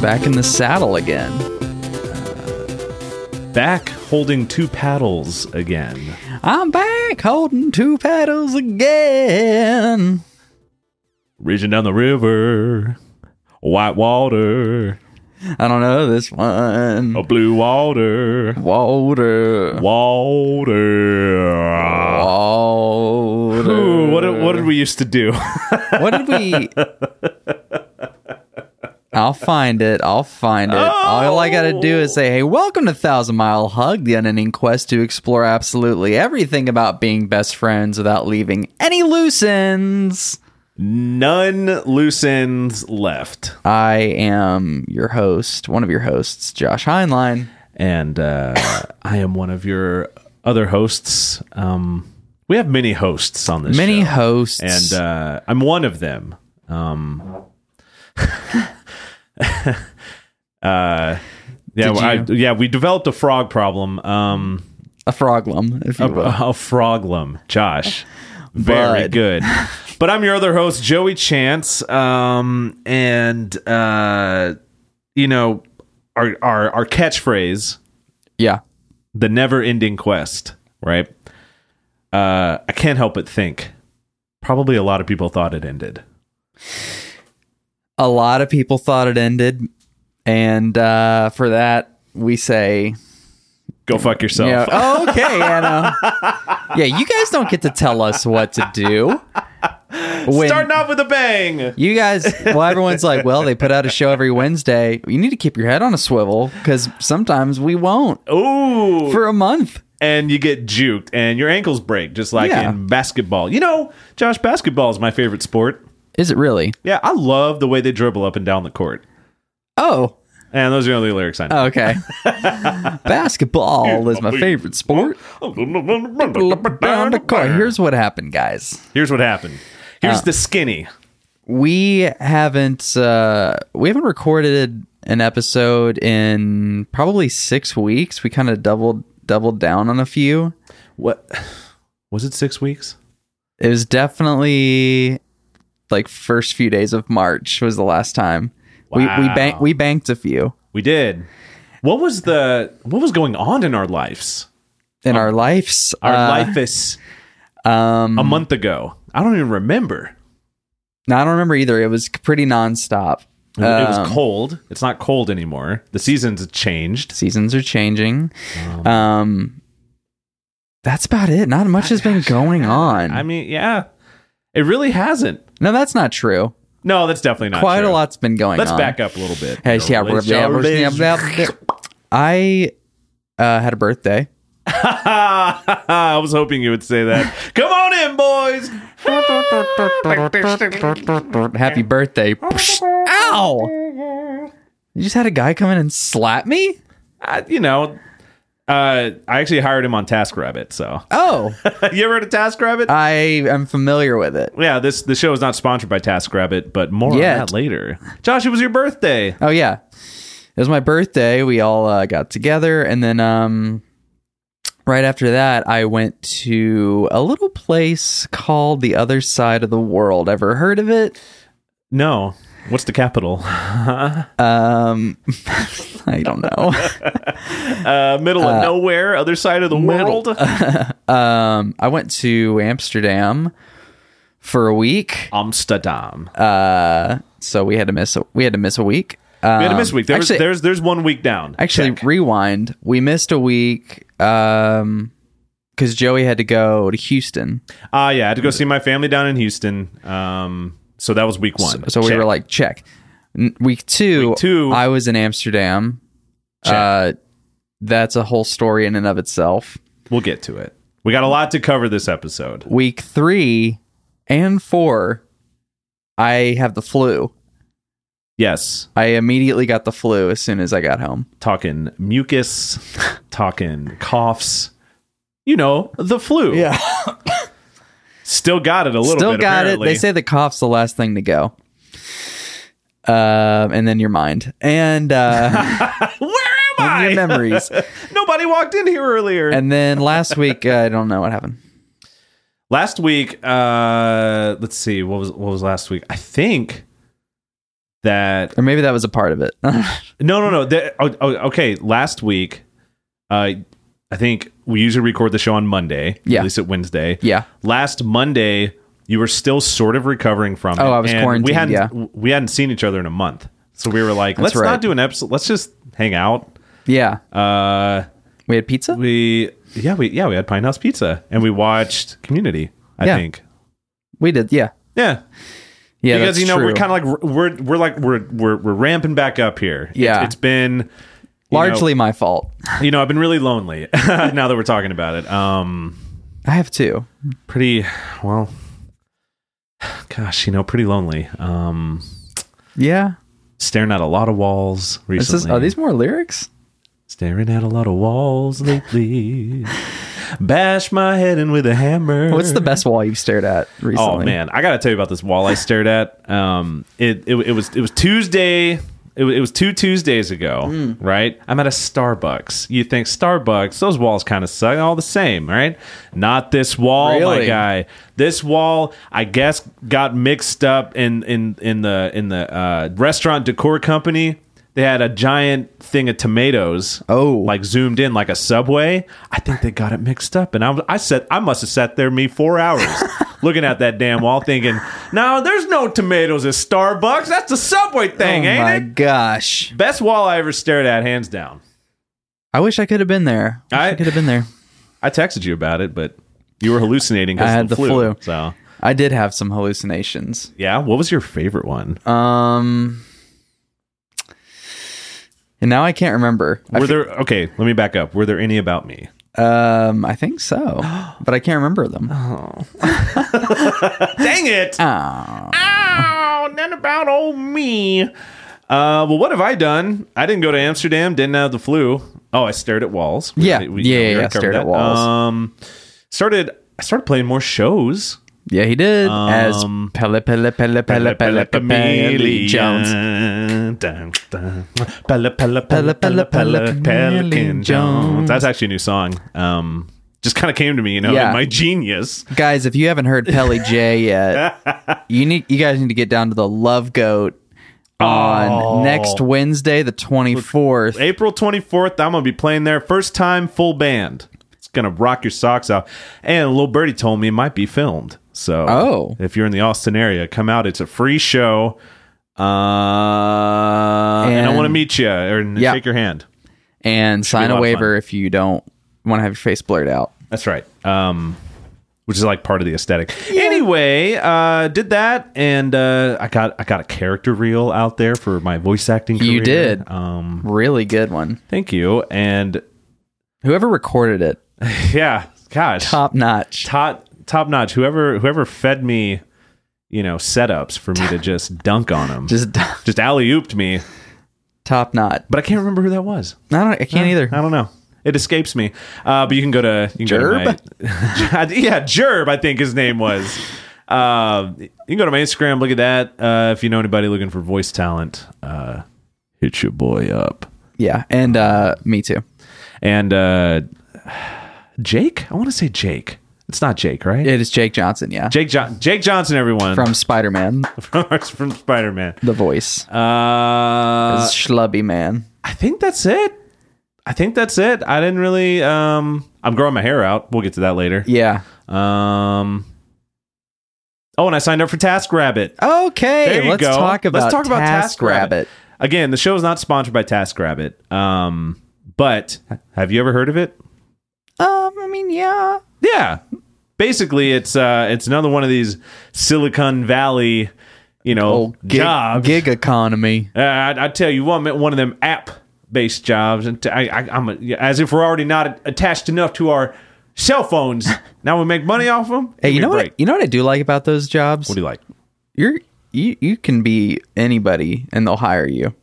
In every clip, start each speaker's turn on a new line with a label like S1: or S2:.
S1: back in the saddle again.
S2: Back holding two paddles again.
S1: I'm back holding two paddles again.
S2: Reaching down the river. White water.
S1: I don't know this one.
S2: A blue water.
S1: Walter.
S2: Water.
S1: Walter.
S2: Ooh, what, did- what did we used to do?
S1: What did we? I'll find it. I'll find it. All I got to do is say, hey, welcome to Thousand Mile Hug, the unending quest to explore absolutely everything about being best friends without leaving any loose ends.
S2: None loose ends left.
S1: I am your host, one of your hosts, Josh Heinlein.
S2: And uh, I am one of your other hosts. Um, we have many hosts on this
S1: Many
S2: show.
S1: hosts.
S2: and uh, I'm one of them. Um, uh, yeah,
S1: Did
S2: I,
S1: you-
S2: yeah, we developed a frog problem. Um,
S1: a froglum, if you
S2: a,
S1: will.
S2: a froglum, Josh. Very
S1: Bud.
S2: good. But I'm your other host, Joey Chance, um, and uh, you know our our our catchphrase,
S1: Yeah.
S2: the never-ending quest, right? Uh, I can't help but think. Probably a lot of people thought it ended.
S1: A lot of people thought it ended. And uh, for that, we say
S2: Go fuck yourself.
S1: Yeah. Oh, okay, Anna. yeah, you guys don't get to tell us what to do. When
S2: Starting off with a bang.
S1: you guys, well, everyone's like, well, they put out a show every Wednesday. You need to keep your head on a swivel because sometimes we won't
S2: Oh. Ooh.
S1: for a month.
S2: and you get juked and your ankles break, just like
S1: Yeah.
S2: in basketball. You know, Josh, basketball is my favorite sport.
S1: Is it really?
S2: Yeah, I love the way they dribble up and down the court.
S1: Oh,
S2: And those are the only lyrics I know.
S1: okay. Basketball is my favorite sport. Down the court. Here's Uh, what happened, guys.
S2: Here's what happened. Here's the skinny.
S1: we haven't uh we haven't recorded an episode in probably six weeks we kind of doubled doubled down on a few
S2: What was it? Six weeks?
S1: it was definitely like first few days of march was the last time we we
S2: Wow.
S1: bank we banked a few
S2: We did. What was the what was going on in our lives?
S1: in our lives
S2: Our
S1: Uh,
S2: life is
S1: um
S2: a month ago. I don't even remember.
S1: no, i don't remember either it was pretty nonstop
S2: It, it was
S1: Um,
S2: cold. It's not cold anymore. The seasons changed.
S1: seasons are changing um that's about it not much has been going on
S2: I mean, yeah. It really hasn't.
S1: no that's not true
S2: No, that's definitely not
S1: quite
S2: true.
S1: a lot's been going
S2: Let's
S1: on.
S2: back up a little bit.
S1: Hey, yeah, we're- yeah, we're- yeah, yeah, yeah. I uh, had a birthday.
S2: I was hoping you would say that. Come on in, boys.
S1: Happy birthday. Ow! You just had a guy come in and slap me?
S2: I, you know, uh, I actually hired him on TaskRabbit. So,
S1: Oh,
S2: you ever heard of TaskRabbit?
S1: I am familiar with it.
S2: yeah, this the show is not sponsored by TaskRabbit, but more
S1: Yet.
S2: on that later. Josh, it was your birthday.
S1: Oh, yeah. It was my birthday. We all uh, got together. And then um, right after that, I went to a little place called The Other Side of the World. Ever heard of it?
S2: No, what's the capital?
S1: Um, I don't know.
S2: Uh, middle of nowhere, other side of the world.
S1: Um, I went to Amsterdam for a week, uh,
S2: Amsterdam.
S1: so we had to miss a, we had to miss a week. Um,
S2: we had a miss week. There was,
S1: actually,
S2: there's there's one week down.
S1: actually,
S2: Check.
S1: rewind. We missed a week um because Joey had to go to Houston,
S2: Ah, yeah, I
S1: Mm.
S2: had to go see my family down in Houston. Um, so that was week one.
S1: so we
S2: Check.
S1: were like, check. N- Week two,
S2: Week two.
S1: I was in Amsterdam.
S2: Check.
S1: Uh, that's a whole story in and of itself.
S2: we'll get to it. We got a lot to cover this episode.
S1: Week three and four, I have the flu.
S2: Yes,
S1: I immediately got the flu as soon as I got home.
S2: talking mucus, talking coughs. You know the flu.
S1: Yeah.
S2: still got it a little.
S1: Still
S2: bit,
S1: got
S2: apparently.
S1: it. They say the cough's the last thing to go. Um, and then your mind and uh,
S2: Where am
S1: and
S2: I?
S1: your memories.
S2: Nobody walked in here earlier.
S1: And then last week, uh, I don't know what happened.
S2: last week, uh, let's see, what was what was last week? I think that
S1: Or maybe that was a part of it.
S2: No, no, no. The- oh, oh, okay, last week, uh, I think we usually record the show on Monday.
S1: Yeah.
S2: Release it Wednesday.
S1: Yeah.
S2: Last Monday, you were still sort of recovering from.
S1: Oh,
S2: it,
S1: I was
S2: and We
S1: quarantined,
S2: hadn't
S1: yeah.
S2: we hadn't seen each other in a month, so we were like, let's
S1: right.
S2: not do an episode. Let's just hang out.
S1: yeah.
S2: Uh,
S1: We had pizza?
S2: we yeah we yeah we had Pine House Pizza and we watched Community. I
S1: Yeah.
S2: think
S1: We did. Yeah.
S2: yeah.
S1: Yeah.
S2: because
S1: that's
S2: you know
S1: true.
S2: we're kind of like we're we're like we're we're we're ramping back up here. It's-
S1: Yeah.
S2: it's been you know,
S1: largely my fault.
S2: you know i've been really lonely now that we're talking about it um
S1: I have two.
S2: pretty well gosh you know pretty lonely um
S1: Yeah.
S2: staring at a lot of walls
S1: This
S2: recently
S1: is, are these more lyrics?
S2: staring at a lot of walls lately bash my head in with a hammer
S1: What's the best wall you've stared at recently?
S2: oh man i gotta tell you about this wall i stared at um it it, it was it was tuesday it was, it was two Tuesdays ago,
S1: Hmm.
S2: right? I'm at a Starbucks. You think Starbucks, those walls kind of suck all the same, right? Not this wall, my
S1: Really?
S2: guy. This wall, I guess, got mixed up in in in the in the uh, restaurant decor company. They had a giant thing of tomatoes.
S1: Oh.
S2: like zoomed in like a subway. I think they got it mixed up, and I was, I said I must have sat there me four hours looking at that damn wall, thinking, "No, there's no tomatoes at Starbucks. That's a subway thing,
S1: oh
S2: ain't
S1: my
S2: it?"
S1: gosh.
S2: Best wall I ever stared at, hands down.
S1: I wish I could have been there. I, wish
S2: I-
S1: I could have been there.
S2: I texted you about it, but you were hallucinating. 'cause
S1: I
S2: of
S1: had the flu.
S2: So
S1: I did have some hallucinations.
S2: yeah, what was your favorite one?
S1: Um, and now I can't remember. I
S2: Were there okay? Let me back up. Were there any about me?
S1: f- um, I think so, but I can't remember them.
S2: Dang it!
S1: Oh.
S2: Ow, none about old me. Uh, well, what have I done? I didn't go to Amsterdam. Didn't have the flu. Oh, I stared at walls. We-
S1: Yeah. Yeah, yeah,
S2: already
S1: yeah,
S2: covered
S1: stared at walls.
S2: Um, started. I started playing more shows.
S1: Yeah, he did as
S2: Um,
S1: Pele Pele Pele Pele Pele Pele Jones.
S2: Dun, dun. Pella,
S1: Pella,
S2: pella, pella, pella,
S1: pella,
S2: pella,
S1: pella,
S2: Pelican
S1: Jones.
S2: Jones. That's actually a new song. Um, just kind of came to me, you know,
S1: Yeah.
S2: in my genius.
S1: Guys, if you haven't heard Pele J yet, you need you guys need to get down to the Love Goat on
S2: Oh.
S1: next Wednesday, the twenty fourth.
S2: April 24th, I'm going to be playing there. First time full band. It's going to rock your socks out. And Lil Birdie told me it might be filmed. So
S1: Oh.
S2: if you're in the Austin area, come out. It's a free show. Uh, and, I
S1: And-
S2: want to meet you or
S1: Yeah.
S2: shake your hand.
S1: And sign a
S2: a lot of
S1: waiver if you don't want to have your face blurred out.
S2: That's right. Um, which is like part of the aesthetic. Anyway, uh, did that, and uh, I got I got a character reel out there for my voice acting. Career.
S1: You did.
S2: Um,
S1: Really good one.
S2: thank you. And
S1: Whoever recorded it,
S2: yeah, gosh,
S1: top notch.
S2: top top notch. Whoever whoever fed me, you know, setups for me to just dunk on them, just,
S1: Just top-
S2: alley ooped me.
S1: top notch.
S2: But I can't remember who that was.
S1: I don't. I can't either.
S2: I don't know. It escapes me. Uh, but you can go to you can Go
S1: Jerb?
S2: to my, yeah, Gerb. I think his name was. Uh, you can go to my Instagram. Look at that. Uh, if you know anybody looking for voice talent, uh, hit your boy up.
S1: Yeah, and uh, me too.
S2: And uh, Jake, I want to say Jake. It's not Jake, right?
S1: It is Jake Johnson. Yeah,
S2: Jake John Jake Johnson. Everyone
S1: from Spider Man,
S2: from, from Spider Man.
S1: the voice.
S2: Uh,
S1: Schlubby man.
S2: I think that's it. I think that's it. I didn't really. Um, I'm growing my hair out. We'll get to that later.
S1: Yeah.
S2: Um. Oh, and I signed up for TaskRabbit.
S1: Okay.
S2: There you
S1: let's
S2: go.
S1: talk about
S2: Let's talk about
S1: TaskRabbit.
S2: TaskRabbit. Again, the show is not sponsored by TaskRabbit. Um, but have you ever heard of it?
S1: Um, I mean, yeah.
S2: Yeah. Basically, it's uh, it's another one of these Silicon Valley, you know,
S1: Oh, gig,
S2: jobs.
S1: gig economy.
S2: Uh, I, I tell you what, man, one of them app-based jobs, and t- I, I, I'm a, as if we're already not attached enough to our cell phones. now we make money off them.
S1: Hey, you know what? You know what I do like about those jobs.
S2: What do you like?
S1: You're you you can be anybody and they'll hire you.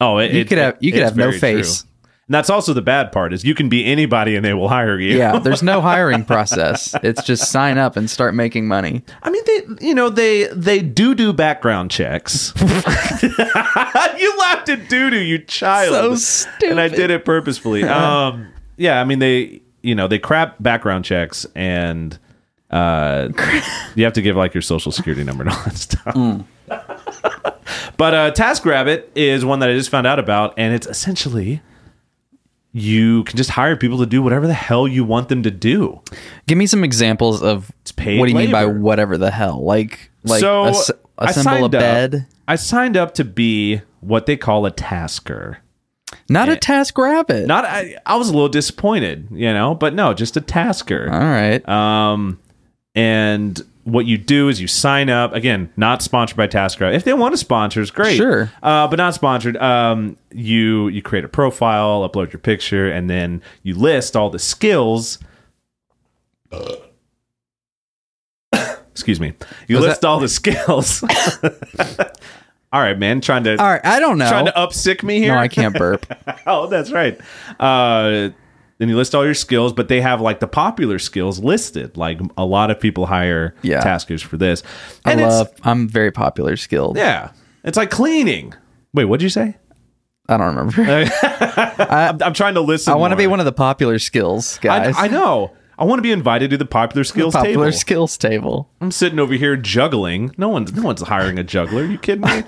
S2: Oh, it,
S1: You
S2: it-
S1: could have- you could
S2: it's
S1: have no
S2: very true.
S1: face.
S2: And that's also the bad part is you can be anybody and they will hire you.
S1: Yeah. There's no hiring process. It's just sign up and start making money.
S2: I mean they you know they they do do background checks. you laughed at doo doo, you child.
S1: So stupid.
S2: And I did it purposefully. Um yeah, I mean they you know they crap background checks and
S1: Mm.
S2: uh you have to give like your social security number and all that stuff. But uh, TaskRabbit is one that I just found out about, and it's essentially you can just hire people to do whatever the hell you want them to do.
S1: Give me some examples of
S2: paid
S1: what do you mean by
S2: labor.
S1: whatever the hell? Like like
S2: so
S1: ass-
S2: I
S1: assemble a
S2: signed up-
S1: bed.
S2: I signed up to be what they call a tasker.
S1: Not a task rabbit.
S2: Not I, I was a little disappointed, you know, but no, just a tasker.
S1: All right.
S2: Um, and what you do is you sign up again, not sponsored by TaskRabbit. If they want to sponsor, it's great,
S1: Sure.
S2: uh, but not sponsored. Um, you you create a profile, upload your picture, and then you list all the skills. Excuse me. You
S1: Was
S2: list all the skills. all right, man. Trying to
S1: All right. I don't know.
S2: trying to upsick me here.
S1: no, I can't burp.
S2: oh, that's right. Uh, and you list all your skills, but they have like the popular skills listed. Like a lot of people hire
S1: Yeah.
S2: taskers for this.
S1: I
S2: And it's
S1: love. I'm very popular skilled.
S2: yeah, it's like cleaning. Wait, what'd you say?
S1: I don't remember.
S2: I'm, I'm trying to listen.
S1: I want to be
S2: more.
S1: one of the popular skills guys.
S2: I, I know. I want to be invited to the popular skills
S1: popular
S2: table.
S1: skills table.
S2: I'm sitting over here juggling. No one's no one's hiring a juggler. you kidding me?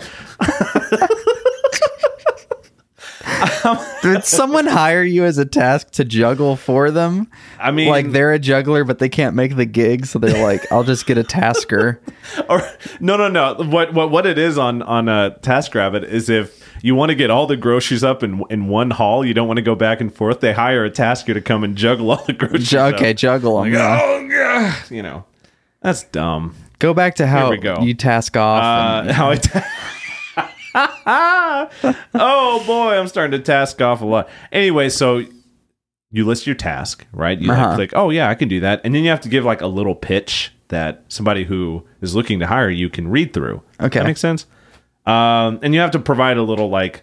S1: Did someone hire you as a task to juggle for them?
S2: I mean,
S1: like they're a juggler, but they can't make the gig, so they're like, "I'll just get a tasker."
S2: or no no no what what what it is on on uh taskrabbit is if you want to get all the groceries up in in one haul you don't want to go back and forth they hire a tasker to come and juggle all the groceries
S1: Ju- okay,
S2: up.
S1: juggle them.
S2: Like, oh yeah you know that's dumb
S1: Go back to how
S2: we go.
S1: you task off. and-
S2: uh how I ta- oh boy i'm starting to task off a lot anyway so you list your task right you like,
S1: Uh-huh.
S2: click oh yeah i can do that and then you have to give like a little pitch that somebody who is looking to hire you can read through
S1: Okay.
S2: that makes sense um, and you have to provide a little like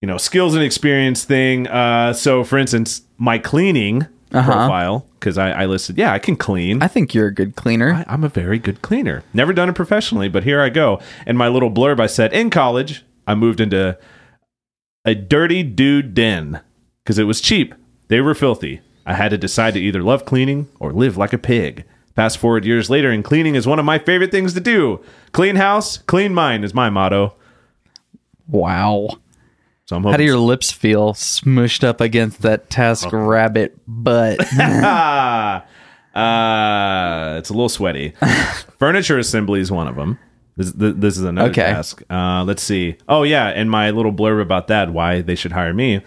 S2: you know skills and experience thing uh, so for instance my cleaning
S1: Uh-huh.
S2: profile because I, I listed yeah i can clean
S1: I think you're a good cleaner.
S2: I, I'm a very good cleaner. Never done it professionally, but here I go. And my little blurb I said, in college, I moved into a dirty dude den because it was cheap. They were filthy. I had to decide to either love cleaning or live like a pig. Fast forward years later, and cleaning is one of my favorite things to do. Clean house, clean mind is my motto.
S1: wow.
S2: So I'm
S1: How do
S2: hoping.
S1: your lips feel smushed up against that task
S2: Oh.
S1: rabbit butt?
S2: Ah, uh, it's a little sweaty. Furniture assembly is one of them. This, th- this is another
S1: Okay.
S2: task. Uh, let's see. Oh yeah, and my little blurb about that, why they should hire me.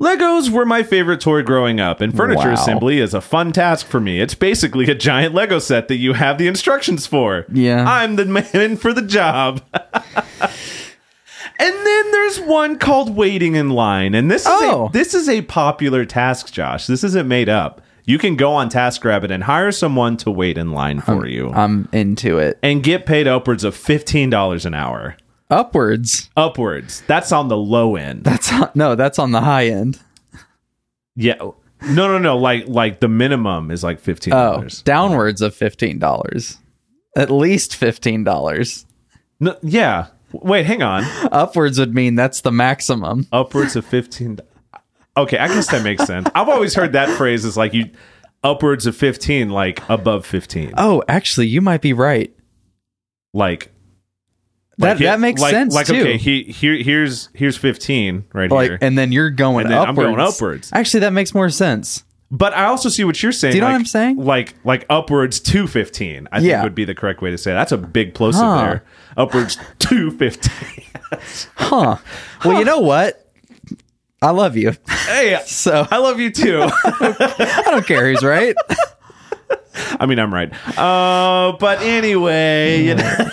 S2: Legos were my favorite toy growing up, and furniture
S1: Wow.
S2: assembly is a fun task for me. It's basically a giant Lego set that you have the instructions for.
S1: Yeah.
S2: I'm the man for the job. And then there's one called waiting in line, and this is
S1: Oh.
S2: a, this is a popular task, Josh. This isn't made up. You can go on TaskRabbit and hire someone to wait in line for
S1: Um,
S2: you,
S1: I'm into it.
S2: and get paid upwards of fifteen dollars an hour.
S1: Upwards.
S2: Upwards. That's on the low end.
S1: That's on, no, that's on the high end.
S2: Yeah. No, no, no. Like like the minimum is like fifteen
S1: Oh,
S2: dollars.
S1: downwards of fifteen dollars, at least fifteen dollars.
S2: No, yeah. Wait, hang on.
S1: Upwards would mean that's the maximum.
S2: upwards of 15 okay i guess that makes sense i've always heard that phrase is like you upwards of 15 like above 15
S1: Oh, actually, you might be right.
S2: like
S1: That
S2: like it-
S1: that makes
S2: like,
S1: sense
S2: like
S1: too.
S2: okay he, here here's here's 15 right
S1: like,
S2: here
S1: and then you're going
S2: And then I'm
S1: upwards.
S2: going upwards.
S1: Actually, that makes more sense.
S2: but i also see what you're saying
S1: Do you know
S2: like,
S1: what I'm saying?
S2: like like upwards to 15 i
S1: Yeah.
S2: think would be the correct way to say it. that's a big plosive
S1: Huh.
S2: there upwards to 15
S1: Huh. Well, you know what? I love you.
S2: hey
S1: So
S2: i love you too
S1: I don't care who's right.
S2: i mean i'm right uh but anyway you know,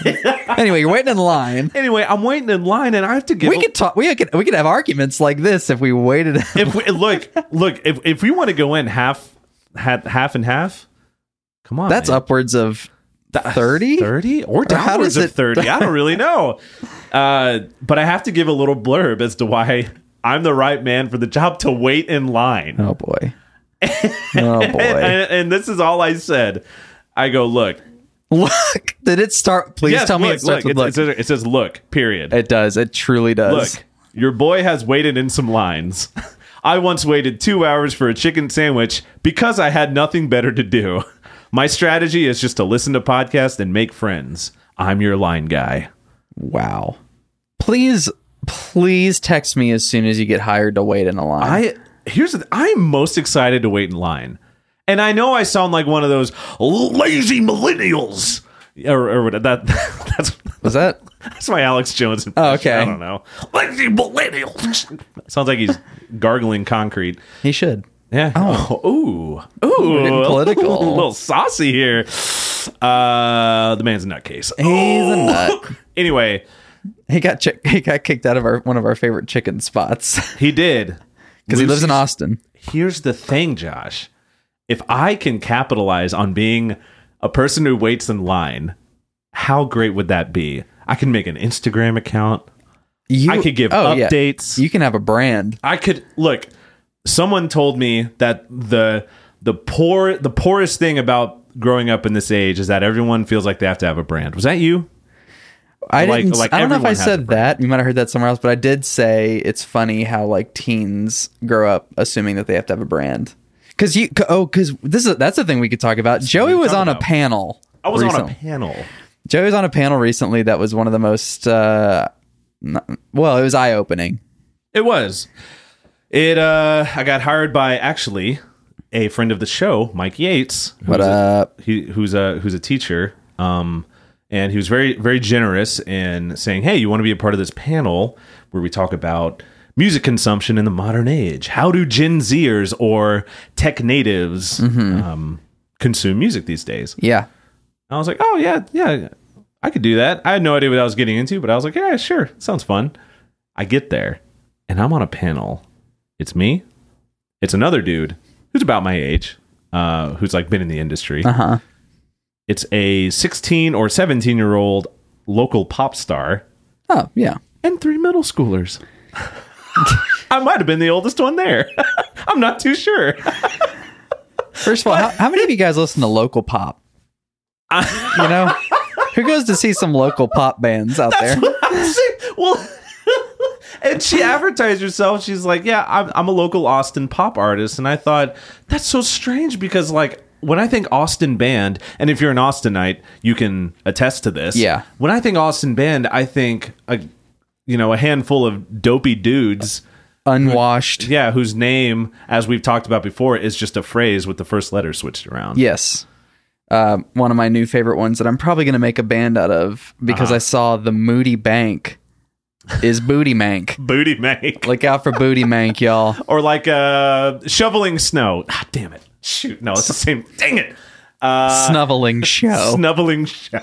S1: anyway, you're waiting in line.
S2: anyway i'm waiting in line and i have to give
S1: We
S2: a-
S1: could talk. We could we could have arguments like this if we waited.
S2: if we look look if, if we want to go in half half half and half come on
S1: That's
S2: man.
S1: upwards of thirty.
S2: 30 or
S1: Or how
S2: downwards
S1: does
S2: of
S1: it-
S2: 30 i don't really know uh, but i have to give a little blurb as to why i'm the right man for the job to wait in line
S1: Oh boy. oh boy.
S2: and, and this is all i said i go look
S1: Look, did it start? Please
S2: yes,
S1: tell me
S2: look,
S1: it starts
S2: look.
S1: with look.
S2: It, says, it says look period
S1: it does. It truly does.
S2: Look, your boy has waited in some lines. I once waited two hours for a chicken sandwich because I had nothing better to do. My strategy is just to listen to podcasts and make friends. I'm your line guy.
S1: Wow. Please, please text me as soon as you get hired to wait in a line.
S2: I here's the, I'm most excited to wait in line, and I know I sound like one of those lazy millennials or, or what- that that's
S1: Was that?
S2: that's my Alex Jones.
S1: Oh,
S2: impression.
S1: okay.
S2: I don't know lazy millennials. Sounds like he's gargling concrete.
S1: He should.
S2: Yeah. Oh. Ooh. Ooh.
S1: getting political.
S2: A little saucy here. Uh, the man's a nutcase. Oh.
S1: He's a nut.
S2: anyway,
S1: He got chi- he got kicked out of our one of our favorite chicken spots
S2: he did
S1: because he lives in
S2: Lucy's-
S1: Austin.
S2: here's the thing, Josh. If I can capitalize on being a person who waits in line, how great would that be? I can make an Instagram account.
S1: You,
S2: I could give
S1: Oh, yeah.
S2: updates.
S1: You can have a brand.
S2: I could look. Someone told me that the the poor the poorest thing about growing up in this age is that everyone feels like they have to have a brand. Was that you?
S1: I
S2: Like-
S1: didn't.
S2: like
S1: I don't know if
S2: everyone
S1: I
S2: has a
S1: said that. You might have heard that somewhere else, but I did say it's funny how like teens grow up assuming that they have to have a brand. Because you oh, because this is that's the thing we could talk about. Joey was
S2: talk
S1: on a
S2: about.
S1: panel.
S2: I was on
S1: recently.
S2: a panel.
S1: Joey was on a panel recently that was one of the most. Uh, not- well, it was eye opening.
S2: It was. It uh I got hired by actually a friend of the show, Mike Yates.
S1: What
S2: who's a-
S1: up?
S2: he who's a who's a teacher um and he was very very generous in saying hey you want to be a part of this panel where we talk about music consumption in the modern age how do gen zers or tech natives um, consume music these days
S1: Yeah.
S2: i was like oh yeah yeah i could do that i had no idea what i was getting into but i was like yeah sure sounds fun i get there and i'm on a panel it's me it's another dude who's about my age uh, who's like been in the industry
S1: Uh huh.
S2: it's a 16 or 17 year old local pop star
S1: Oh yeah.
S2: and three middle schoolers. I might have been the oldest one there. I'm not too sure.
S1: First of all, how, how many of you guys listen to local pop? you know, who goes to see some local pop bands out there?
S2: well, and she advertised herself. She's like, "Yeah, I'm, I'm a local Austin pop artist." And I thought that's so strange because, like, when I think Austin band, and if you're an Austinite, you can attest to this.
S1: Yeah.
S2: When I think Austin band, I think a, you know, a handful of dopey dudes.
S1: Unwashed.
S2: Yeah, whose name, as we've talked about before, is just a phrase with the first letter switched around.
S1: Yes. Um, one of my new favorite ones that I'm probably going to make a band out of because I saw the Moody Bank is Booty Mank.
S2: Booty make.
S1: Look out for Booty Mank, y'all.
S2: Or like uh shoveling snow. Ah, damn it. Shoot. No, it's the same. Dang it. Uh
S1: Snuveling show.
S2: snuveling show.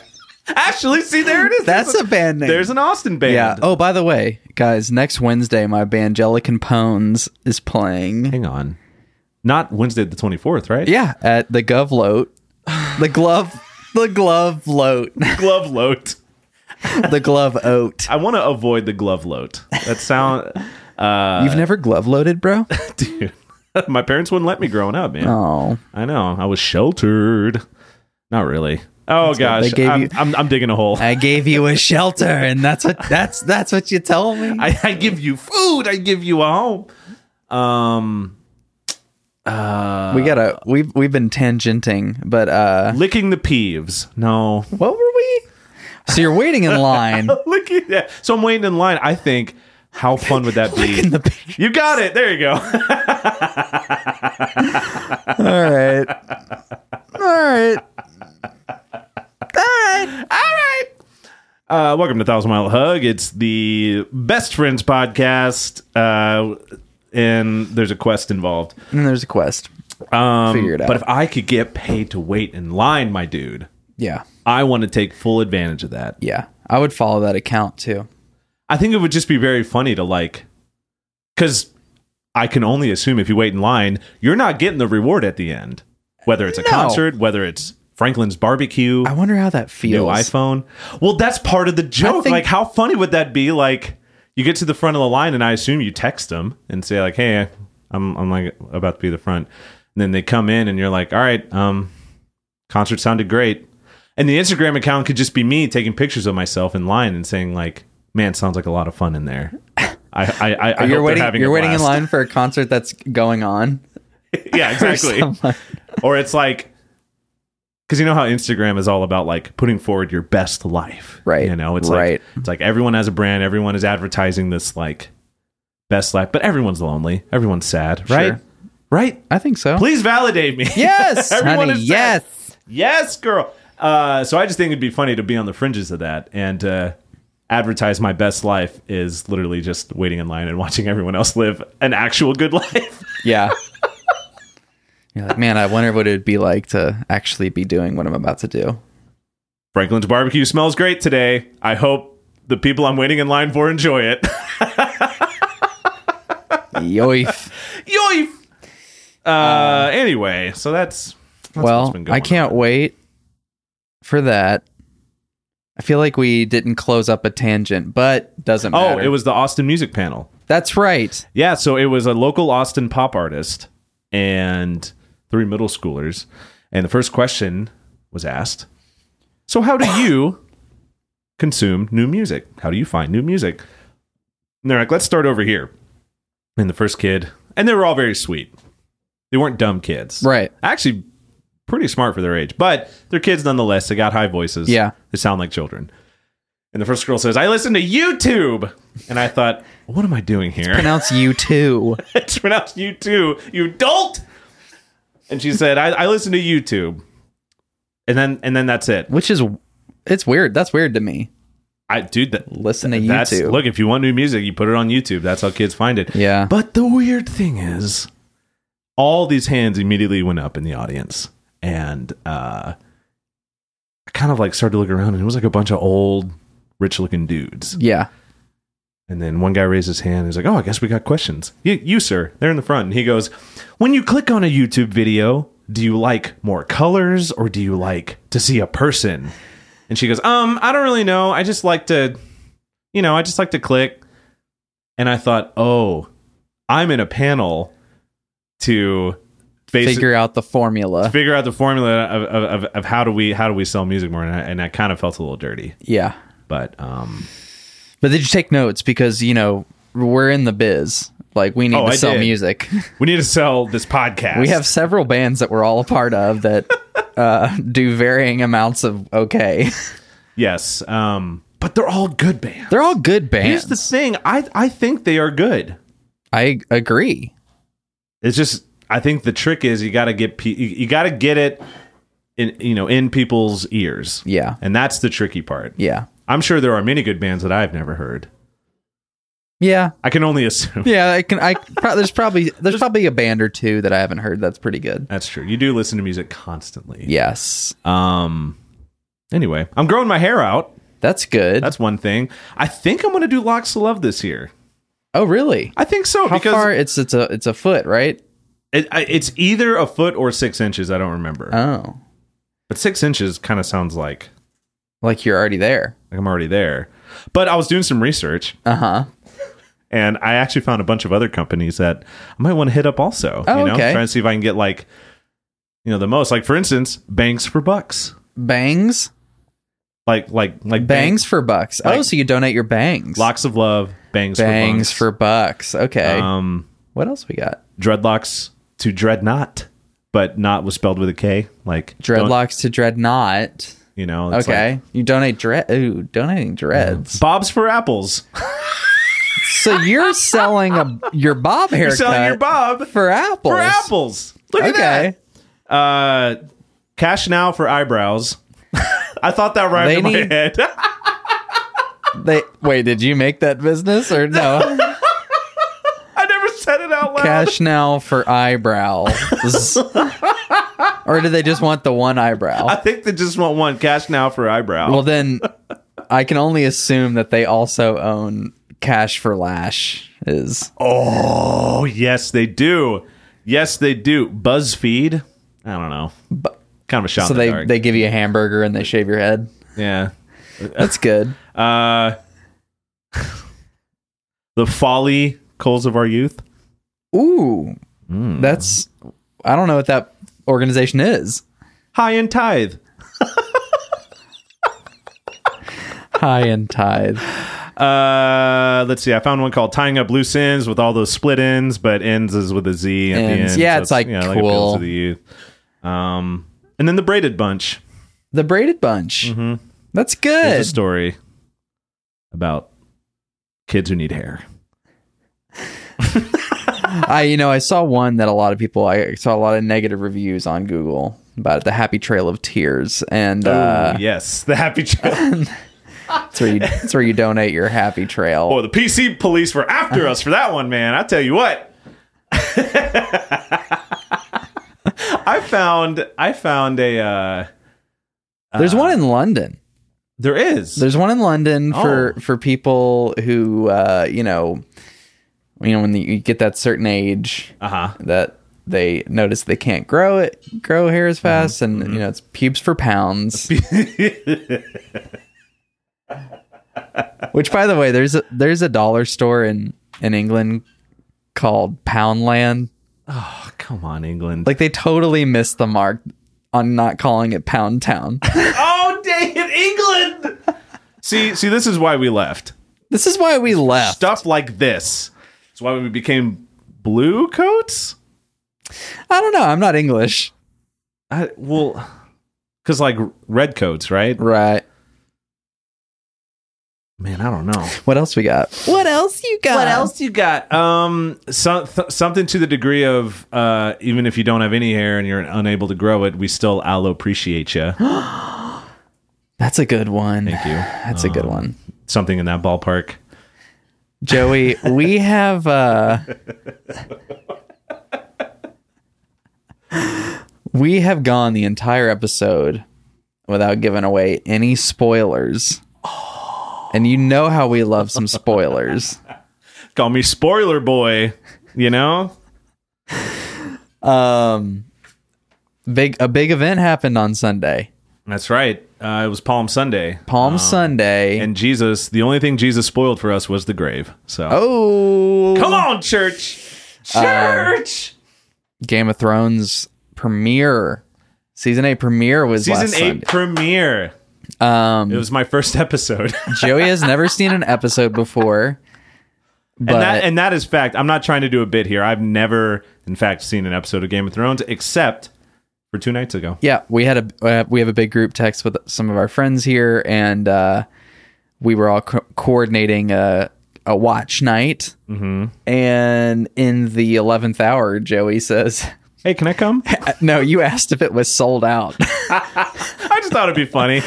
S2: Actually, see there it is.
S1: That's
S2: There's
S1: a band name.
S2: There's an Austin band.
S1: yeah. Oh, by the way, guys, next Wednesday my band Jellican Pones is playing.
S2: Hang on. Not Wednesday the 24th, right?
S1: Yeah, at the Gov Loat. The glove the glove loat.
S2: Glove loat.
S1: The glove oat.
S2: I want to avoid the glove loat. That sound
S1: You've never glove loaded, bro?
S2: dude. My parents wouldn't let me growing up, man.
S1: Oh.
S2: I know. I was sheltered. Not really. Oh gosh,
S1: They gave
S2: I'm,
S1: you-
S2: I'm, I'm digging a hole. I,
S1: I gave you a shelter and that's what that's that's what you told me.
S2: I give you food. I give you a home. Um,
S1: we gotta we've we've been tangenting but uh
S2: licking the peeves. No,
S1: what were we so you're waiting in line
S2: licking that. So I'm waiting in line. I think how fun would that be?
S1: in the picture.
S2: You got it. There you go.
S1: all right all right all right
S2: Uh, welcome to Thousand Mile Hug. It's the best friends podcast, uh, and there's a quest involved.
S1: and there's a quest
S2: Um,
S1: Figure it out.
S2: But if I could get paid to wait in line, my dude,
S1: yeah
S2: I want to take full advantage of that.
S1: yeah i would follow that account too
S2: I think it would just be very funny to like, because I can only assume if you wait in line, you're not getting the reward at the end, whether it's a
S1: No.
S2: concert, whether it's Franklin's barbecue,
S1: i wonder how that feels
S2: new iPhone. Well, that's part of the joke.
S1: think-
S2: like, how funny would that be? Like, you get to the front of the line, and I assume you text them and say like, "Hey, I'm I'm like about to be the front," and then they come in, and you're like, "All right, um, concert sounded great." And the Instagram account could just be me taking pictures of myself in line and saying like, "Man, sounds like a lot of fun in there." I I I, I
S1: you're
S2: hope they're
S1: waiting
S2: having
S1: you're
S2: a
S1: waiting in
S2: blast."
S1: line for a concert that's going on
S2: yeah, exactly.
S1: Someone-
S2: or it's like because you know how Instagram is all about like putting forward your best life,
S1: Right.
S2: You know, it's
S1: Right.
S2: like it's like everyone has a brand, everyone is advertising this like best life, but everyone's lonely, everyone's sad, right?
S1: Sure.
S2: Right?
S1: I think so.
S2: Please validate me.
S1: Yes,
S2: Everyone
S1: honey,
S2: is sad.
S1: yes.
S2: yes, girl. Uh, so I just think it'd be funny to be on the fringes of that and uh, advertise my best life is literally just waiting in line and watching everyone else live an actual good life.
S1: Yeah. You're like, man, I wonder what it'd be like to actually be doing what I'm about to do.
S2: Franklin's barbecue smells great today. I hope the people I'm waiting in line for enjoy it.
S1: Yoif.
S2: Yoif. Uh, anyway, so that's, that's what's
S1: well,
S2: been going
S1: I can't wait for that. I feel like we didn't close up a tangent, but doesn't
S2: On. Oh,
S1: matter.
S2: it was the Austin music panel.
S1: That's right.
S2: Yeah, so it was a local Austin pop artist and three middle schoolers. And the first question was asked So, how do you consume new music? How do you find new music? And they're like, Let's start over here. And the first kid, and they were all very sweet. They weren't dumb kids.
S1: Right.
S2: Actually, pretty smart for their age, but they're kids nonetheless. They got high voices.
S1: Yeah.
S2: They sound like children. And the first girl says, I listen to YouTube. And I thought, what am I doing here?
S1: Pronounce you too.
S2: it's pronounced YouTube, you dolt. And she said, I, I listen to YouTube. And then and then that's it.
S1: Which is it's weird. That's weird to me.
S2: I dude that
S1: Listen to
S2: that's
S1: YouTube.
S2: look, if you want new music, you put it on YouTube. That's how kids find it.
S1: Yeah.
S2: But the weird thing is all these hands immediately went up in the audience. And uh I kind of like started to look around and it was like a bunch of old rich looking dudes.
S1: yeah.
S2: And then one guy raised his hand. He's like, "Oh, I guess we got questions." You, you, sir, they're in the front. And he goes, "When you click on a YouTube video, do you like more colors or do you like to see a person?" And she goes, "Um, I don't really know. I just like to, you know, I just like to click." And I thought, "Oh, I'm in a panel to basi-
S1: Figure out the formula.
S2: figure out the formula of, of, of, of how do we how do we sell music more." And I, and I kind of felt a little dirty,
S1: Yeah.
S2: but um,
S1: But did you take notes? Because, you know, we're in the biz. Like we need
S2: Oh,
S1: to
S2: I
S1: sell
S2: did.
S1: music.
S2: we need to sell this podcast.
S1: We have several bands that we're all a part of that uh, do varying amounts of okay.
S2: Yes. Um, but they're all good bands.
S1: They're all good bands.
S2: Here's the thing. I I think they are good.
S1: I agree.
S2: It's just I think the trick is you got to get pe- you, you got to get it in you know in people's ears.
S1: Yeah.
S2: And that's the tricky part.
S1: Yeah.
S2: I'm sure there are many good bands that I've never heard.
S1: Yeah.
S2: I can only assume.
S1: Yeah, I can I pro- there's probably there's probably a band or two that I haven't heard that's pretty good.
S2: That's true. You do listen to music constantly.
S1: Yes.
S2: Um anyway, I'm growing my hair out.
S1: That's good.
S2: That's one thing. I think I'm going to do Locks of Love this year.
S1: oh, really?
S2: I think so
S1: How
S2: Oh, because
S1: far it's it's a it's a foot, right?
S2: it, I- it's either a foot or 6 inches, I don't remember.
S1: Oh.
S2: But six inches kind of sounds like
S1: Like you're already there.
S2: like I'm already there. But I was doing some research,
S1: Uh-huh.
S2: and I actually found a bunch of other companies that I might want to hit up also.
S1: Oh,
S2: you know,
S1: okay.
S2: try and see if I can get like you know the most. Like for instance, bangs for bucks.
S1: Bangs?
S2: Like like like bang-
S1: Bangs for bucks. Oh,
S2: Like-
S1: so you donate your bangs.
S2: locks of love, bangs,
S1: bangs
S2: for
S1: for bucks. Okay.
S2: bucks. um
S1: what else we got?
S2: dreadlocks to dreadnought, but not was spelled with a K. Like don't-
S1: Dreadlocks to dreadnought.
S2: You know. it's
S1: Okay.
S2: like,
S1: you donate dread. Ooh, donating dreads.
S2: Bob's for apples.
S1: So you're selling a your bob haircut
S2: Selling your Bob
S1: for apples.
S2: for apples. Look at that.
S1: Okay.
S2: Uh, cash now for eyebrows. I thought that rhymed
S1: They
S2: in my
S1: need-
S2: head.
S1: They wait. Did you make that business or no?
S2: I never said it out loud.
S1: Cash now for eyebrows. or do they just want the one
S2: I
S1: eyebrow?
S2: think they just want one cash now for eyebrow.
S1: Well, then I can only assume that they also own cash for lash. Is
S2: oh yes, they do. Yes, they do. BuzzFeed. I don't know. kind of a shot.
S1: so
S2: in the
S1: they
S2: dark.
S1: they give you a hamburger and they shave your head.
S2: yeah.
S1: That's good.
S2: Uh, the folly coals of our youth.
S1: Ooh,
S2: Hmm.
S1: that's I don't know what that organization is.
S2: High and tithe.
S1: High and tithe.
S2: Uh, let's see. I found one called "Tying Up Loose Ends" with all those split ends, but ends is with a Z at
S1: Ends.
S2: the end.
S1: Yeah, it's like
S2: appeals
S1: cool.
S2: to the youth. Um, And then the braided bunch.
S1: The braided bunch.
S2: Mhm.
S1: That's
S2: There's
S1: good.
S2: a story about kids who need hair.
S1: I you know I saw one that a lot of people I saw a lot of negative reviews on Google about it, the Happy Trail of Tears, and uh,
S2: Oh, yes, the happy trail.
S1: it's where you it's where you donate your happy trail.
S2: oh, the PC police were after us for that one, man. I tell you what. I found I found a uh,
S1: There's one in London.
S2: there is
S1: There's one in London for for people who uh, you know, you know when you get that certain age
S2: uh huh
S1: that they notice they can't grow it grow hair as fast, and you know it's pubes for pounds. Which, by the way, there's a, there's a dollar store in in England called Poundland.
S2: oh come on England
S1: Like they totally missed the mark on not calling it Pound Town.
S2: oh dang it England see see this is why we left
S1: this is why we left.
S2: stuff like this it's why we became blue coats
S1: I don't know. I'm not English,
S2: I, well because like red coats right
S1: right?
S2: man I don't know
S1: What else we got? What else you got?
S2: What else you got? Um, so, th- something to the degree of uh, even if you don't have any hair and you're unable to grow it, we still allo appreciate you.
S1: That's a good one.
S2: Thank you. Um,
S1: That's a good one.
S2: Something in that ballpark.
S1: Joey, we have uh We have gone the entire episode without giving away any spoilers. And you know how we love some spoilers.
S2: Call me spoiler boy. You know,
S1: Um big a big event happened on Sunday.
S2: that's right. Uh, it was Palm Sunday,
S1: Palm Sunday.
S2: Um, and Jesus. The only thing Jesus spoiled for us was the grave. So
S1: oh Uh,
S2: come on, church, church.
S1: Game of Thrones premiere. Season 8 premiere was last
S2: Season eight
S1: Sunday.
S2: premiere.
S1: Um
S2: It was my first episode.
S1: Joey has never seen an episode before. But
S2: and that and that is fact. I'm not trying to do a bit here. I've never, in fact, seen an episode of Game of Thrones except for two nights ago.
S1: yeah, we had a uh, we have a big group text with some of our friends here, and uh, we were all co- coordinating a a watch night. Mm-hmm. And in the eleventh hour, Joey says, "Uh,
S2: Hey, can I come?
S1: "No, you asked if it was sold out."
S2: I just thought it'd be funny.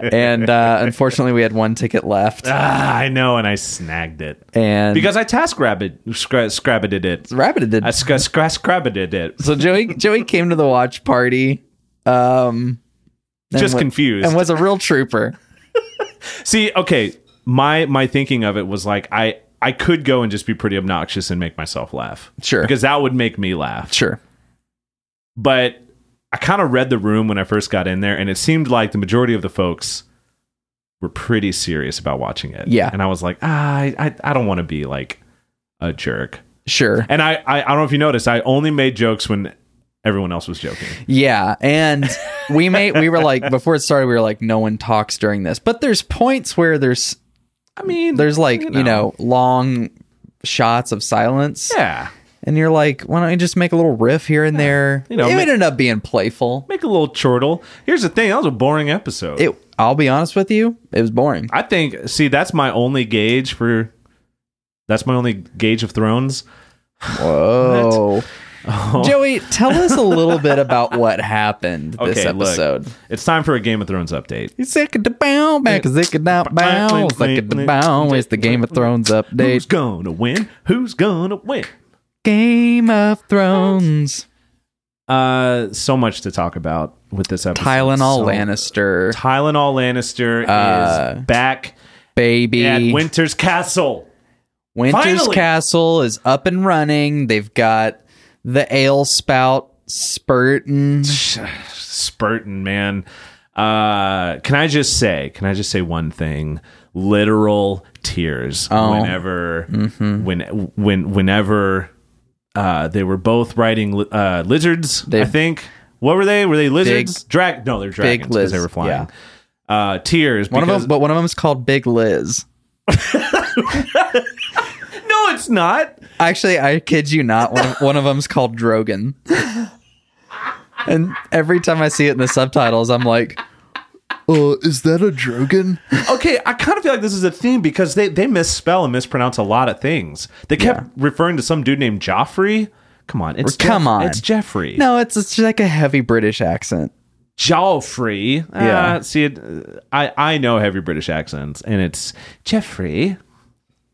S1: and uh, unfortunately, we had one ticket left,
S2: ah, I know, and I snagged it
S1: and
S2: because I task rabbit scra- scrabbited it.
S1: Rabbit did.
S2: I sc- scra- scrabbited it.
S1: so Joey Joey came to the watch party, um, and
S2: Just
S1: wa-
S2: confused.
S1: and was a real trooper.
S2: See, okay, my my thinking of it was like I I could go and just be pretty obnoxious and make myself laugh
S1: Sure,
S2: because that would make me laugh.
S1: sure.
S2: but I kind of read the room when I first got in there, and it seemed like the majority of the folks were pretty serious about watching it.
S1: Yeah.
S2: and I was like, ah, I, I, I don't want to be like a jerk.
S1: Sure.
S2: And I, I, I don't know if you noticed, I only made jokes when everyone else was joking.
S1: Yeah, and we made we were like before it started we were like no one talks during this. But there's points where there's
S2: I mean,
S1: there's like, you know, long shots of silence
S2: yeah,
S1: and you're like why don't you just make a little riff here and there
S2: You know,
S1: it
S2: ma-
S1: ended up being playful
S2: make a little chortle. Here's the thing: that was a boring episode.
S1: it i'll be honest with you it was boring
S2: I think. See, that's my only gauge for. That's my only gauge of Thrones.
S1: whoa joey tell us a little bit about what happened this
S2: Okay, look.
S1: episode
S2: It's time for a Game of Thrones update.
S1: It's sick of the bow, back is sick of that bow, sick of the bow. It's the Game of Thrones
S2: Who's
S1: update.
S2: gonna win? Who's gonna win?
S1: Game of Thrones.
S2: Uh, so much to talk about with this episode.
S1: Tylenol
S2: So-
S1: Lannister,
S2: Tylenol Lannister
S1: Uh,
S2: is back
S1: baby.
S2: at Winter's Castle.
S1: Winter's
S2: Finally!
S1: Castle is up and running. They've got the ale spout spurting.
S2: Spurtin, man. Uh, can I just say? Can I just say one thing? Literal tears
S1: Oh.
S2: whenever,
S1: Mm-hmm.
S2: when, when, whenever uh, they were both riding li- uh, lizards.
S1: They-
S2: I think what were they? Were they lizards? Drag? No, they're dragons because
S1: liz-
S2: they were flying. Uh, tears.
S1: One of
S2: because-
S1: them, but one of them's called Big Liz.
S2: No, it's not.
S1: Actually, I kid you not. One of, one of them's called Drogon. and every time I see it in the subtitles, I'm like,
S3: Uh, is that a drogon?
S2: okay, I kind of feel like this is a theme because they, they misspell and mispronounce a lot of things. They kept referring to some dude named Joffrey. Come on, it's
S1: Come
S2: Jeff-
S1: on.
S2: it's Jeffrey.
S1: no, it's it's just like a heavy British accent.
S2: Joffrey.
S1: Yeah.
S2: Uh, see, it, I I know heavy British accents, and it's Jeffrey.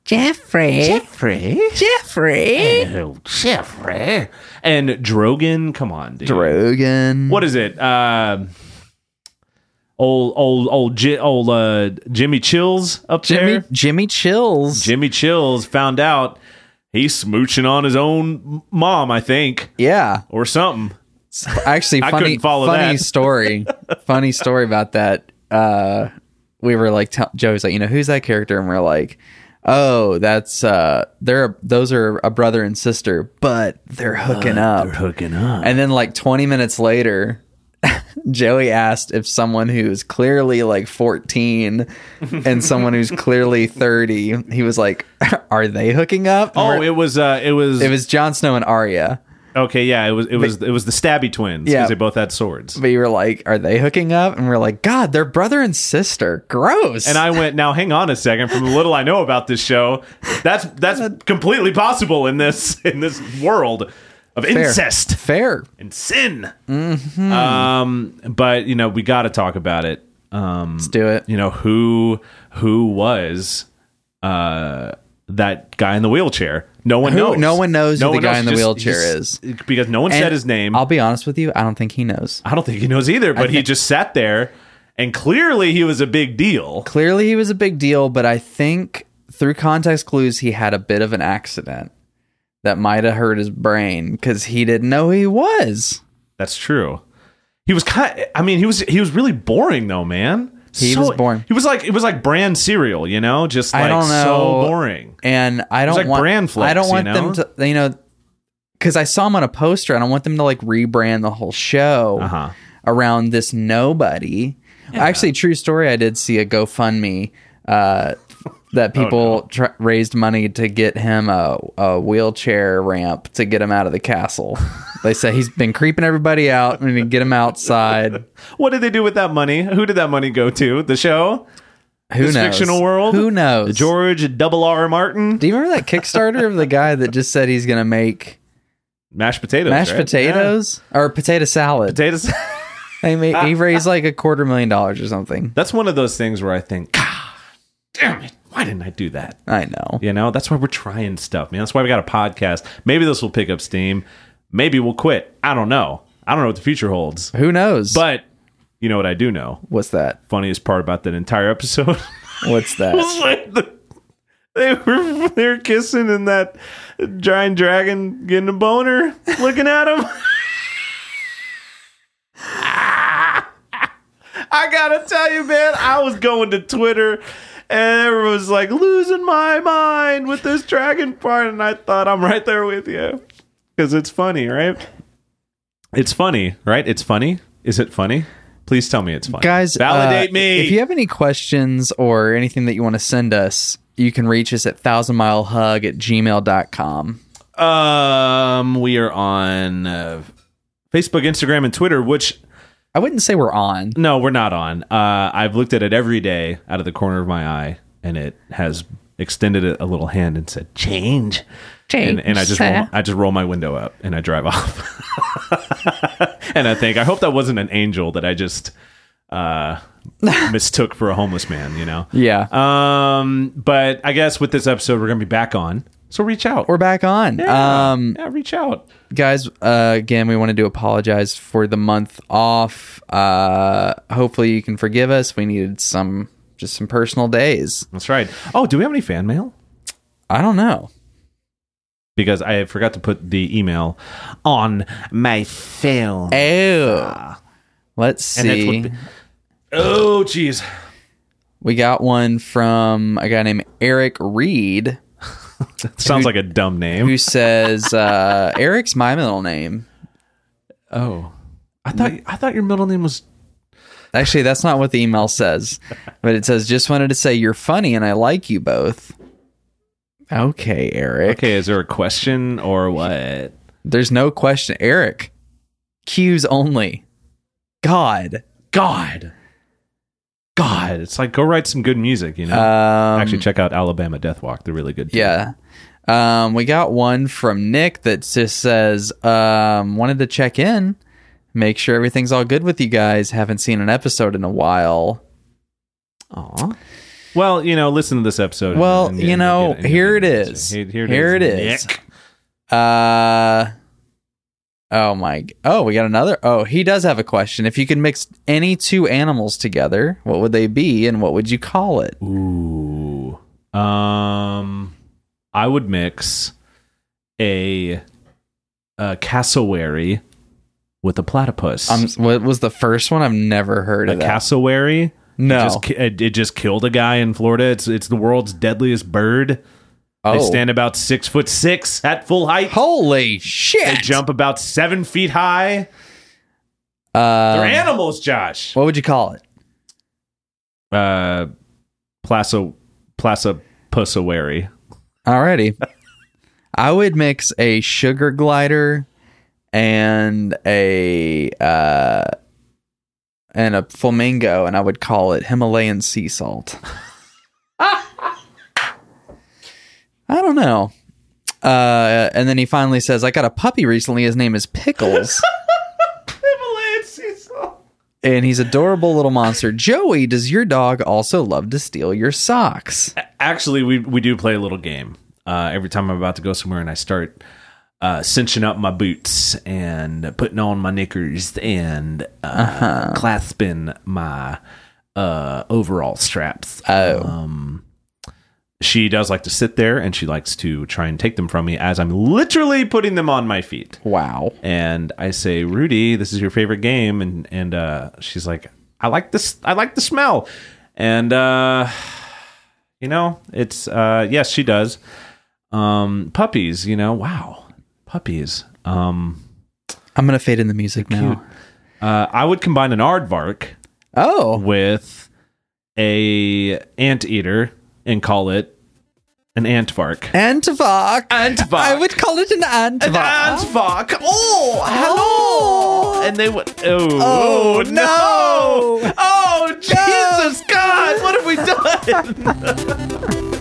S4: Jeffrey.
S2: Jeffrey.
S4: Jeffrey.
S2: Oh, Jeffrey. And Drogon. Come on, dude.
S1: Drogon.
S2: What is it? Um old old old Ji- old uh, Jimmy Chills up
S1: Jimmy
S2: there.
S1: Jimmy chills.
S2: Jimmy Chills found out he's smooching on his own mom, I think,
S1: yeah.
S2: or something.
S1: Actually,
S2: I
S1: funny
S2: couldn't follow
S1: funny
S2: that.
S1: story. funny story about that. Uh, we were like, tell Joe was like, you know, who's that character? And we're like, oh, that's uh, they're those are a brother and sister, but they're hooking
S2: Uh,
S1: up.
S2: Hooking up.
S1: And then like 20 minutes later, Joey asked if someone who's clearly like 14 and someone who's clearly 30, he was like, are they hooking up? And
S2: Oh,
S1: we're-
S2: it was uh, it was
S1: it was Jon Snow and Arya.
S2: okay. Yeah, it was it was it was the Stabby twins.
S1: Yeah.
S2: because they both had swords.
S1: But you were like, are they hooking up? And we're like, God, they're brother and sister. Gross.
S2: And I went, now hang on a second. From the little I know about this show, that's that's completely possible in this in this world of
S1: Fair. Mm-hmm.
S2: incest
S1: Fair.
S2: and sin. Um, but you know, we got to talk about it. Um,
S1: Let's do it.
S2: you know who who was uh that guy in the wheelchair. No one
S1: Who-
S2: knows.
S1: no one knows who the guy
S2: knows.
S1: in the
S2: Just-
S1: wheelchair
S2: just- because no one said
S1: And
S2: his name.
S1: I'll be honest with you. I don't think he knows.
S2: I don't think he knows either, but he just sat there and clearly he was a big deal.
S1: Clearly, he was a big deal, but I think through context clues, he had a bit of an accident that might have hurt his brain because he didn't know who he was.
S2: That's true. He was kind I mean, he was he was really boring though, man.
S1: He was boring.
S2: He was like it was like brand cereal, you know, just like
S1: I don't know.
S2: so boring.
S1: And I don't
S2: like
S1: want
S2: brand flex,
S1: I don't
S2: you
S1: want
S2: know?
S1: them to you know because I saw him on a poster. I don't want them to like rebrand the whole show
S2: Uh-huh.
S1: around this nobody. Actually, true story. I did see a GoFundMe uh, that
S2: Oh,
S1: people tr- raised money to get him a, a wheelchair ramp to get him out of the castle. they say he's been creeping everybody out and to get him outside.
S2: What did they do with that money? Who did that money go to? The show?
S1: Who
S2: This
S1: knows?
S2: fictional world?
S1: Who knows?
S2: George Double R Martin?
S1: Do you remember that Kickstarter of the guy that just said he's going to make
S2: Mashed potatoes.
S1: mashed
S2: right?
S1: potatoes or potato
S2: Yeah.
S1: salad?
S2: Potatoes.
S1: They ma- he raised like a quarter million dollars or something.
S2: That's one of those things where I think, God damn it, why didn't I do that?
S1: I know.
S2: You know, that's why we're trying stuff, man. That's why we got a podcast. Maybe this will pick up steam. Maybe we'll quit. I don't know. I don't know what the future holds.
S1: Who knows?
S2: But you know what I do know?
S1: what's that?
S2: Funniest part about that entire episode
S1: What's
S2: was
S1: that?
S2: like the, they were they were kissing and that giant dragon getting a boner, looking at him. I gotta tell you, man, I was going to Twitter and everyone was like losing my mind with this dragon part, and I thought I'm right there with you because it's funny, right? It's funny, right? It's funny. Is it funny? Please tell me it's funny,
S1: Guys,
S2: Validate
S1: uh,
S2: me.
S1: If you have any questions or anything that you want to send us, you can reach us at thousandmilehug at gmail.com.
S2: Um, we are on uh, Facebook, Instagram, and Twitter. Which
S1: I wouldn't say we're on.
S2: no, we're not on. Uh, I've looked at it every day out of the corner of my eye, and it has extended a, a little hand and said change. And, and I just roll, I just roll my window up and I drive off. and I think I hope that wasn't an angel that I just uh, mistook for a homeless man. You know.
S1: Yeah.
S2: Um, but I guess with this episode, we're gonna be back on. So reach out.
S1: we're back on.
S2: Yeah.
S1: Um,
S2: yeah, reach out.
S1: guys uh, again we wanted to apologize for the month off uh hopefully you can forgive us we needed some just some personal days
S2: That's right. Oh, do we have any fan mail?
S1: i don't know
S2: Because I forgot to put the email on my phone.
S1: oh let's
S2: And that's
S1: see
S2: what- oh, jeez.
S1: we got one from a guy named eric reed
S2: Sounds like a dumb name.
S1: who says uh eric's my middle name
S2: Oh, I thought I thought your middle name was.
S1: actually that's not what the email says but it says just wanted to say you're funny and i like you both okay eric
S2: Okay, is there a question or what?
S1: there's no question eric cues only. God.
S2: God. God. It's like go write some good music, you know.
S1: Um,
S2: Actually check out Alabama Death Walk. They're really good. too.
S1: Yeah. Um, we got one from Nick that just says, um, wanted to check in, make sure everything's all good with you guys. Haven't seen an episode in a while.
S2: Well, you know, listen to this episode.
S1: Well, you
S2: you'll
S1: know,
S2: get you'll
S1: here
S2: get
S1: it
S2: an
S1: is.
S2: answer. Here,
S1: Here
S2: it
S1: it
S2: is.
S1: is. Uh, oh my, oh, we got another. Oh, he does have a question. If you could mix any two animals together, what would they be and what would you call it?
S2: Ooh. Um I would mix a a cassowary with a platypus.
S1: Um, what was the first one? I've never heard
S2: a
S1: of that.
S2: cassowary
S1: no.
S2: just ki- it it just killed a guy in Florida. It's it's the world's deadliest bird. They
S1: oh.
S2: stand about six foot six at full height.
S1: Holy shit.
S2: They jump about seven feet high. They're
S1: Um,
S2: animals, Josh.
S1: what would you call it?
S2: Uh, Plaso Plasa Pussawary.
S1: Alrighty. I would mix a sugar glider and a uh and a flamingo and I would call it Himalayan sea salt. I don't know. Uh and then he finally says, I got a puppy recently, his name is Pickles. And he's adorable little monster. Joey, does your dog also love to steal your socks?
S2: Actually, we we do play a little game. Uh, every time I'm about to go somewhere, and I start uh, cinching up my boots and putting on my knickers and uh, clasping my uh, overall straps.
S1: Oh.
S2: Um, she does like to sit there, and she likes to try and take them from me as I'm literally putting them on my feet.
S1: Wow.
S2: and I say, "Rudy, this is your favorite game," and and uh, she's like, "I like this. I like the smell," and uh, you know, it's uh, yes, she does. Um, puppies, you know, wow, puppies. Um,
S1: I'm gonna fade in the music now.
S2: uh, I would combine an aardvark
S1: Oh,
S2: with a anteater and call it an antvark.
S1: Antivark.
S2: Antvark.
S1: I would call it an Antivark.
S2: Antvark. Oh,
S1: Oh.
S2: and they would. Oh,
S1: Oh,
S2: no.
S1: no.
S2: Oh Jesus God! What have we done?